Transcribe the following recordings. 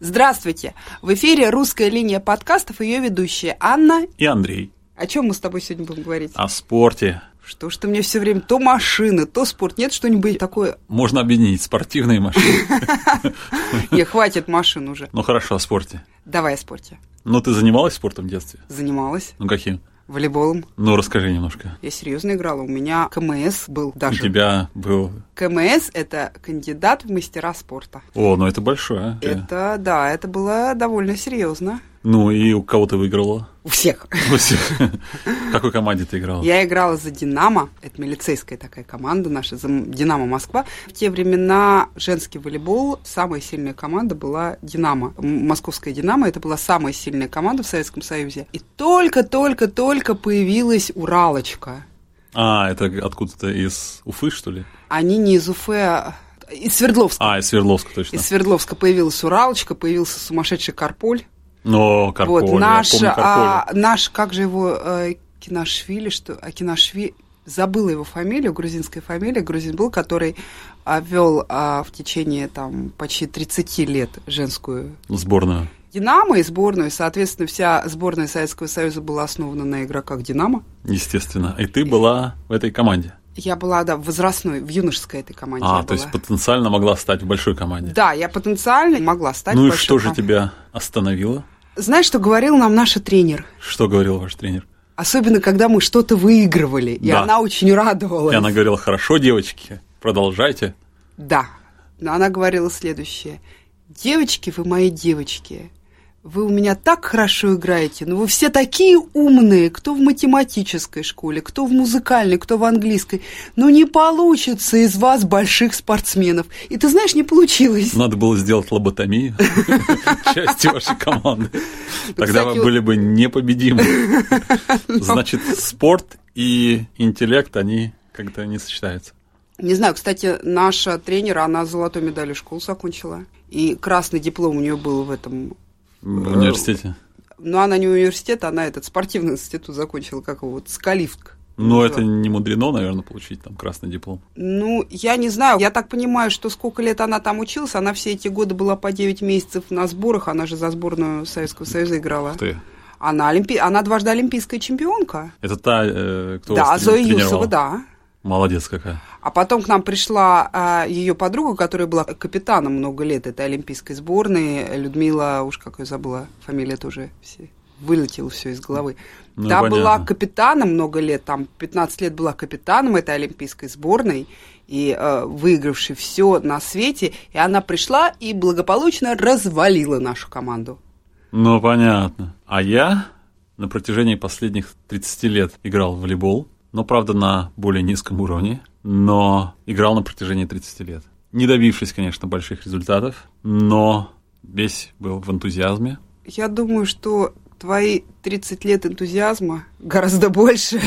Здравствуйте! В эфире «Русская линия подкастов» и ее ведущие Анна. И Андрей. О чем мы с тобой сегодня будем говорить? О спорте. Что ж ты мне все время то машина, то спорт. Нет что-нибудь такое? Можно объединить спортивные машины. Не, хватит машин уже. Ну хорошо, о спорте. Давай о спорте. Ну ты занималась спортом в детстве? Занималась Ну каким? волейболом. Ну расскажи немножко. Я серьезно играла. У меня КМС был У даже. тебя был... КМС – это кандидат в мастера спорта. О, ну это большое. Это, да, это было довольно серьезно. Ну и у кого ты выиграла? У всех. У всех. В какой команде ты играла? Я играла за «Динамо». Это милицейская такая команда наша, за «Динамо Москва». В те времена женский волейбол, самая сильная команда была «Динамо». М- Московская «Динамо» — это была самая сильная команда в Советском Союзе. И только-только-только появилась «Уралочка». А, это откуда-то из Уфы, что ли? Они не из Уфы, а из Свердловска. А, из Свердловска точно. Из Свердловска появилась «Уралочка», появился сумасшедший «Карполь». Но Карполь, вот, я наш, помню Карполя. а, наш, как же его, э, Кинашвили, что, а, Кинашви, забыла его фамилию, грузинская фамилия, грузин был, который а, вел а, в течение там почти 30 лет женскую Сборную. «Динамо» и сборную, и, соответственно, вся сборная Советского Союза была основана на игроках «Динамо». Естественно. И ты была в этой команде. Я была, да, в возрастной, в юношеской этой команде я А, то была. есть потенциально могла стать в большой команде. Да, я потенциально могла стать ну и большой что же ком- тебя остановило? Знаешь, что говорил нам наша тренер? Что говорил ваш тренер? Особенно, когда мы что-то выигрывали, и Да. она очень радовалась. И она говорила, хорошо, девочки, продолжайте. Да. Но она говорила следующее. Девочки, вы мои девочки. Вы у меня так хорошо играете, но вы все такие умные, кто в математической школе, кто в музыкальной, кто в английской. Ну не получится из вас больших спортсменов. И ты знаешь, не получилось. Надо было сделать лоботомию части вашей команды. Тогда кстати, вы вот- были бы непобедимы. Значит, спорт и интеллект, они как-то не сочетаются. Не знаю, кстати, наша тренер, она с золотой медалью школу закончила. И красный диплом у нее был в этом В университете. Но она не университет, она этот спортивный институт закончила, как его, вот, скалифтк. Но Ну, это не мудрено, наверное, получить там красный диплом. Ну, я не знаю, я так понимаю, что сколько лет она там училась, она все эти годы была по 9 месяцев на сборах, она же за сборную Советского Союза играла. Ух ты. Она, олимпи... она дважды олимпийская чемпионка. Это та, э, кто да, вас Зоя трени- Юсова, тренировала? да. Молодец какая. А потом к нам пришла ее подруга, которая была капитаном много лет этой олимпийской сборной, Людмила, уж как ее забыла, фамилия тоже все вылетела все из головы. Ну, Та понятно. была капитаном много лет, там 15 лет была капитаном этой олимпийской сборной и э, выигравшей все на свете, и она пришла и благополучно развалила нашу команду. Ну, понятно. А я на протяжении последних 30 лет играл в волейбол, но, правда, на более низком уровне, но играл на протяжении 30 лет. Не добившись, конечно, больших результатов, но весь был в энтузиазме. Я думаю, что твои 30 лет энтузиазма гораздо больше.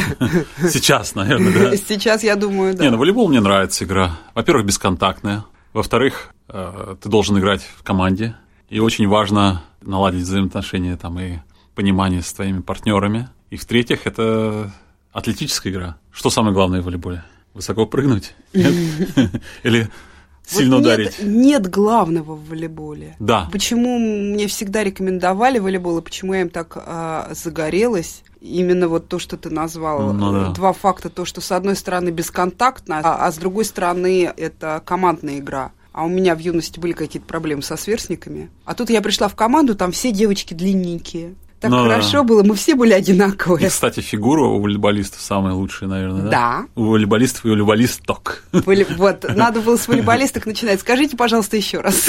Сейчас, наверное, да. Сейчас, я думаю, да. Не, ну волейбол мне нравится игра. Во-первых, бесконтактная. Во-вторых, э, ты должен играть в команде. И очень важно наладить взаимоотношения там и понимание с твоими партнерами. И в-третьих, это атлетическая игра. Что самое главное в волейболе? Высоко прыгнуть? Нет? Или Вот сильно нет- ударить? Нет главного в волейболе. Да. Почему мне всегда рекомендовали волейбол, и почему я им так а, загорелась? Именно вот то, что ты назвал. Ну да. Два факта. То, что с одной стороны бесконтактно, а, а с другой стороны это командная игра. А у меня в юности были какие-то проблемы со сверстниками. А тут я пришла в команду, там все девочки длинненькие. Так Ну да. хорошо было, мы все были И, одинаковые. кстати, фигура у волейболистов самая лучшая, наверное, да? Да. У волейболистов и у волейболисток. Воле- Вот, надо было с волейболисток начинать. Скажите, пожалуйста, еще раз.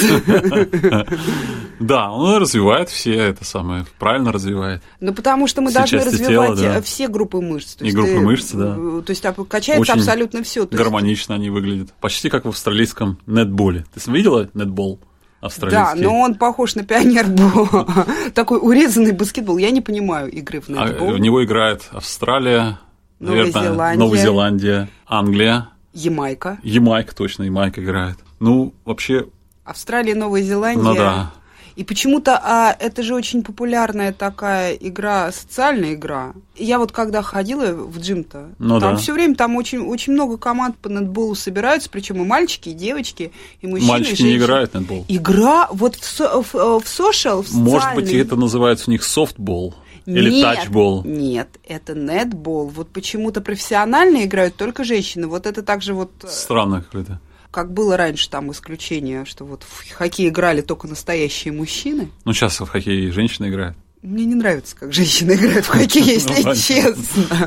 Да, он развивает все это самое, правильно развивает. Ну, потому что мы Все должны части развивать тела, да. э, все группы мышц. То И группы ты, мышц, да. э, То есть а, качается Очень абсолютно все. Гармонично они выглядят. Почти как в австралийском нетболе. Ты с- видела нетбол Да, австралийский? но он похож на пионербол. Такой урезанный баскетбол. Я не понимаю игры в А, нетбол. в него играет Австралия, Новая наверное, Зеландия. Новая Зеландия, Англия, Ямайка, Ямайка точно, Ямайка играет. Ну, вообще, Австралия, Новая Зеландия. ну да. И почему-то, а это же очень популярная такая игра, социальная игра. Я вот когда ходила в джим-то, Ну там да. все время там очень, очень много команд по нетболу собираются, причем и мальчики, и девочки, и мужчины, и Мальчики не женщины. играют в нетбол. Игра вот в, со- в, э, в social, в Может быть, социальный- это называется у них софтбол или Нет, тачбол. Нет, это нетбол. Вот почему-то профессионально играют только женщины. Вот это также вот, э, Странно какое-то. как было раньше там исключение, что вот в хоккей играли только настоящие мужчины. Ну, сейчас в хоккей женщины играют. Мне не нравится, как женщины играют в хоккей, если ладно. честно.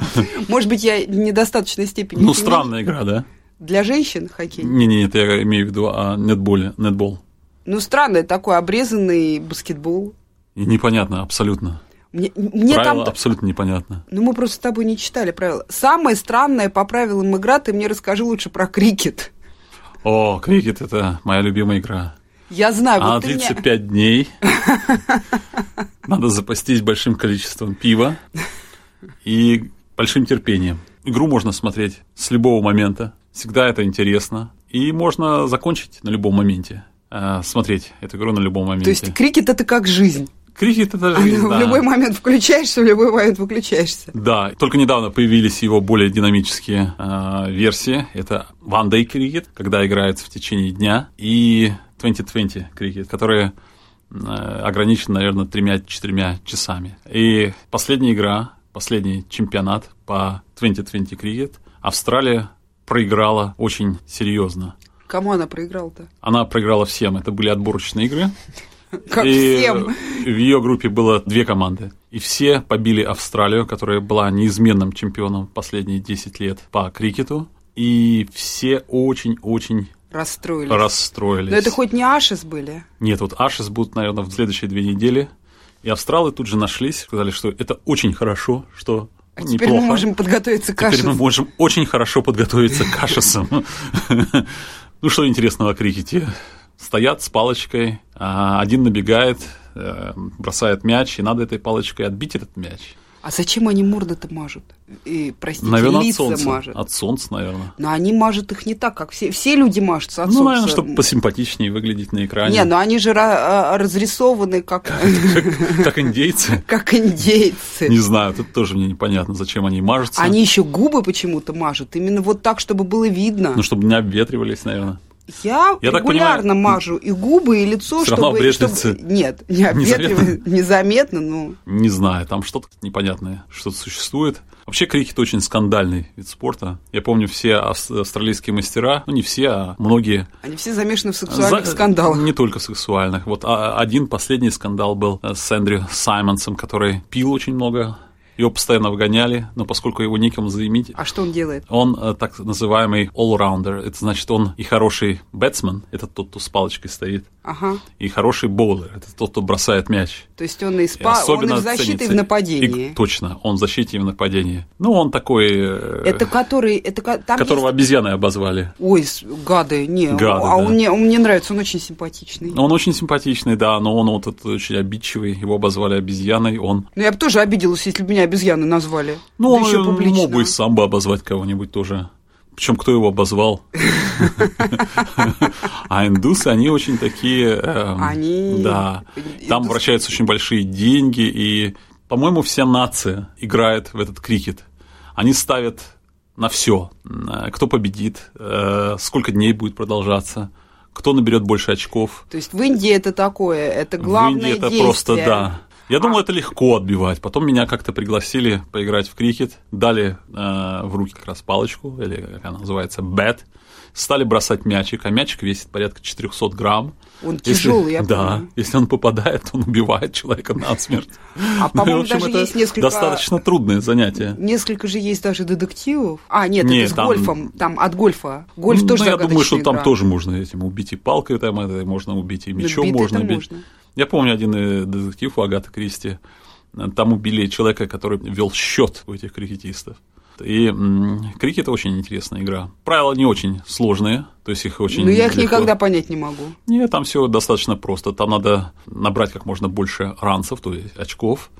Может быть, я в недостаточной степени... Ну, фемини- странная игра, да? Для женщин хоккей. Не-не, это я имею в виду о нетболе, нетбол. Ну, странный такой обрезанный баскетбол. И непонятно абсолютно. Мне, мне Правила там... абсолютно непонятно. Ну, мы просто с тобой не читали правила. Самая странная по правилам игра, ты мне расскажи лучше про крикет. О, крикет – это моя любимая игра. Я знаю, Она А вот ты мне- длится 5 дней. Надо запастись большим количеством пива и большим терпением. Игру можно смотреть с любого момента. Всегда это интересно. И можно закончить на любом моменте. Э, Смотреть эту игру на любом То моменте. есть крикет это как жизнь. Крикет это жизнь, в да. любой момент включаешься, в любой момент выключаешься. Да, только недавно появились его более динамические э, версии. Это One Day Cricket, когда играется в течение дня, и 2020 Cricket, которые э, ограничены, наверное, тремя-четырьмя часами. И последняя игра, последний чемпионат по 2020 Cricket Австралия проиграла очень серьезно. Кому она проиграла-то? Она проиграла всем. Это были отборочные игры. Как И всем. В ее группе было две команды. И все побили Австралию, которая была неизменным чемпионом последние 10 лет по крикету. И все очень-очень Расстроились. расстроились. Но Ну, это хоть не Ашес были. Нет, вот Ашес будут, наверное, в следующие две недели. И австралы тут же нашлись, сказали, что это очень хорошо, что А ну, теперь неплохо. мы можем подготовиться к Теперь мы Ашес. можем очень хорошо подготовиться к Ашесам. Ну, что интересного о крикете? Стоят с палочкой, а, один набегает, э, бросает мяч, и надо этой палочкой отбить этот мяч. А зачем они морды-то мажут? И, простите, Наверное, от лица солнца. мажут. От солнца, наверное. Но они мажут их не так, как все. Все люди мажутся от Ну, солнца. наверное, чтобы посимпатичнее выглядеть на Не, экране. но они же ра- а, разрисованы как, Как индейцы. как индейцы. Не знаю, тут тоже мне непонятно, зачем они мажутся. Они еще губы почему-то мажут. Именно вот так, чтобы было видно. Ну, чтобы не обветривались, наверное. Я, Я так регулярно понимаю, ну, мажу и губы, и лицо, всё чтобы, равно чтобы- обрежется. Нет, не обветриваю, незаметно, ну... Не знаю, там что-то непонятное, что-то существует. Вообще крикет очень скандальный вид спорта. Я помню, все ав- австралийские мастера, ну не все, а многие. Они все замешаны в сексуальных за- э, скандалах. Не только сексуальных. Вот а, один последний скандал был э, с Эндрю Саймонсом, который пил очень много. Его постоянно выгоняли, но поскольку его некому заиметь, А что он делает? он э, так называемый all-rounder. Это значит, он и хороший бэтсмен, это тот, кто с палочкой стоит, Ага. и хороший боулер, это тот, кто бросает мяч. То есть он и, И спа... он и в защите, и в ценится. нападении. И- точно, он в защите и в нападении. Ну, он такой, э, Это который... Это, ко- там которого есть- обезьяны обозвали. Ой, с- гады, не. Гады, а он, да. Ну. мне, он мне нравится, он очень симпатичный. Он очень симпатичный, да, но он вот этот очень обидчивый, его обозвали обезьяной, он... Ну, я бы тоже обиделась, если бы меня обезьяны назвали. Ну, Да он еще э, публично. мог бы и сам бы обозвать кого-нибудь тоже. Причем кто его обозвал? А индусы, они очень такие... эм, Они- Да. Там Индус- вращаются очень большие деньги, и, по-моему, вся нация играет в этот крикет. Они ставят на все. Кто победит, э, сколько дней будет продолжаться, кто наберет больше очков. То есть в Индии это такое, это В главное Индии это действие. А. просто да. Я думал, это легко отбивать. Потом меня как-то пригласили поиграть в крикет, дали э, в руки как раз палочку, или как она называется, бэт, стали бросать мячик, а мячик весит порядка 400 грамм. Он Если- тяжелый, я Да, помню. если он попадает, он убивает человека насмерть. А, Ну и, по-моему, даже это есть несколько... достаточно трудное занятие. Несколько же есть даже детективов. А, нет, Не, это с там- гольфом. Там от гольфа. Гольф Ну, тоже я думаю, что загадочная там игра. тоже можно этим убить и палкой, там это можно убить, и Но мечом битой-то можно убить. можно. Я помню один э, детектив у Агаты Кристи. э, Там убили человека, который вел счет у этих крикетистов. И м, крикет очень интересная игра. Правила не очень сложные, то есть их очень. Но Ну, я их легко- никогда понять не могу. Нет, там все достаточно просто. Там надо набрать как можно больше ранцев, то есть очков,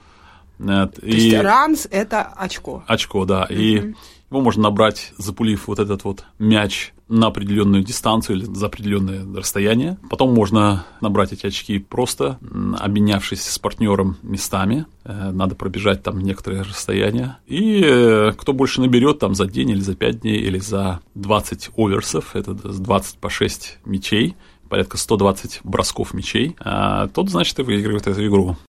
Э, Нет, То есть ранс – это очко. очко, да. И его можно набрать, запулив вот этот вот мяч на определенную дистанцию или за определенное расстояние. Потом можно набрать эти очки просто, м, обменявшись с партнером местами. Э, Надо пробежать там некоторое расстояние. И э, кто больше наберет там за день или за 5 дней или за 20 оверсов, это с 20 по 6 мячей, порядка 120 бросков мячей, а, тот, значит, и выигрывает эту игру.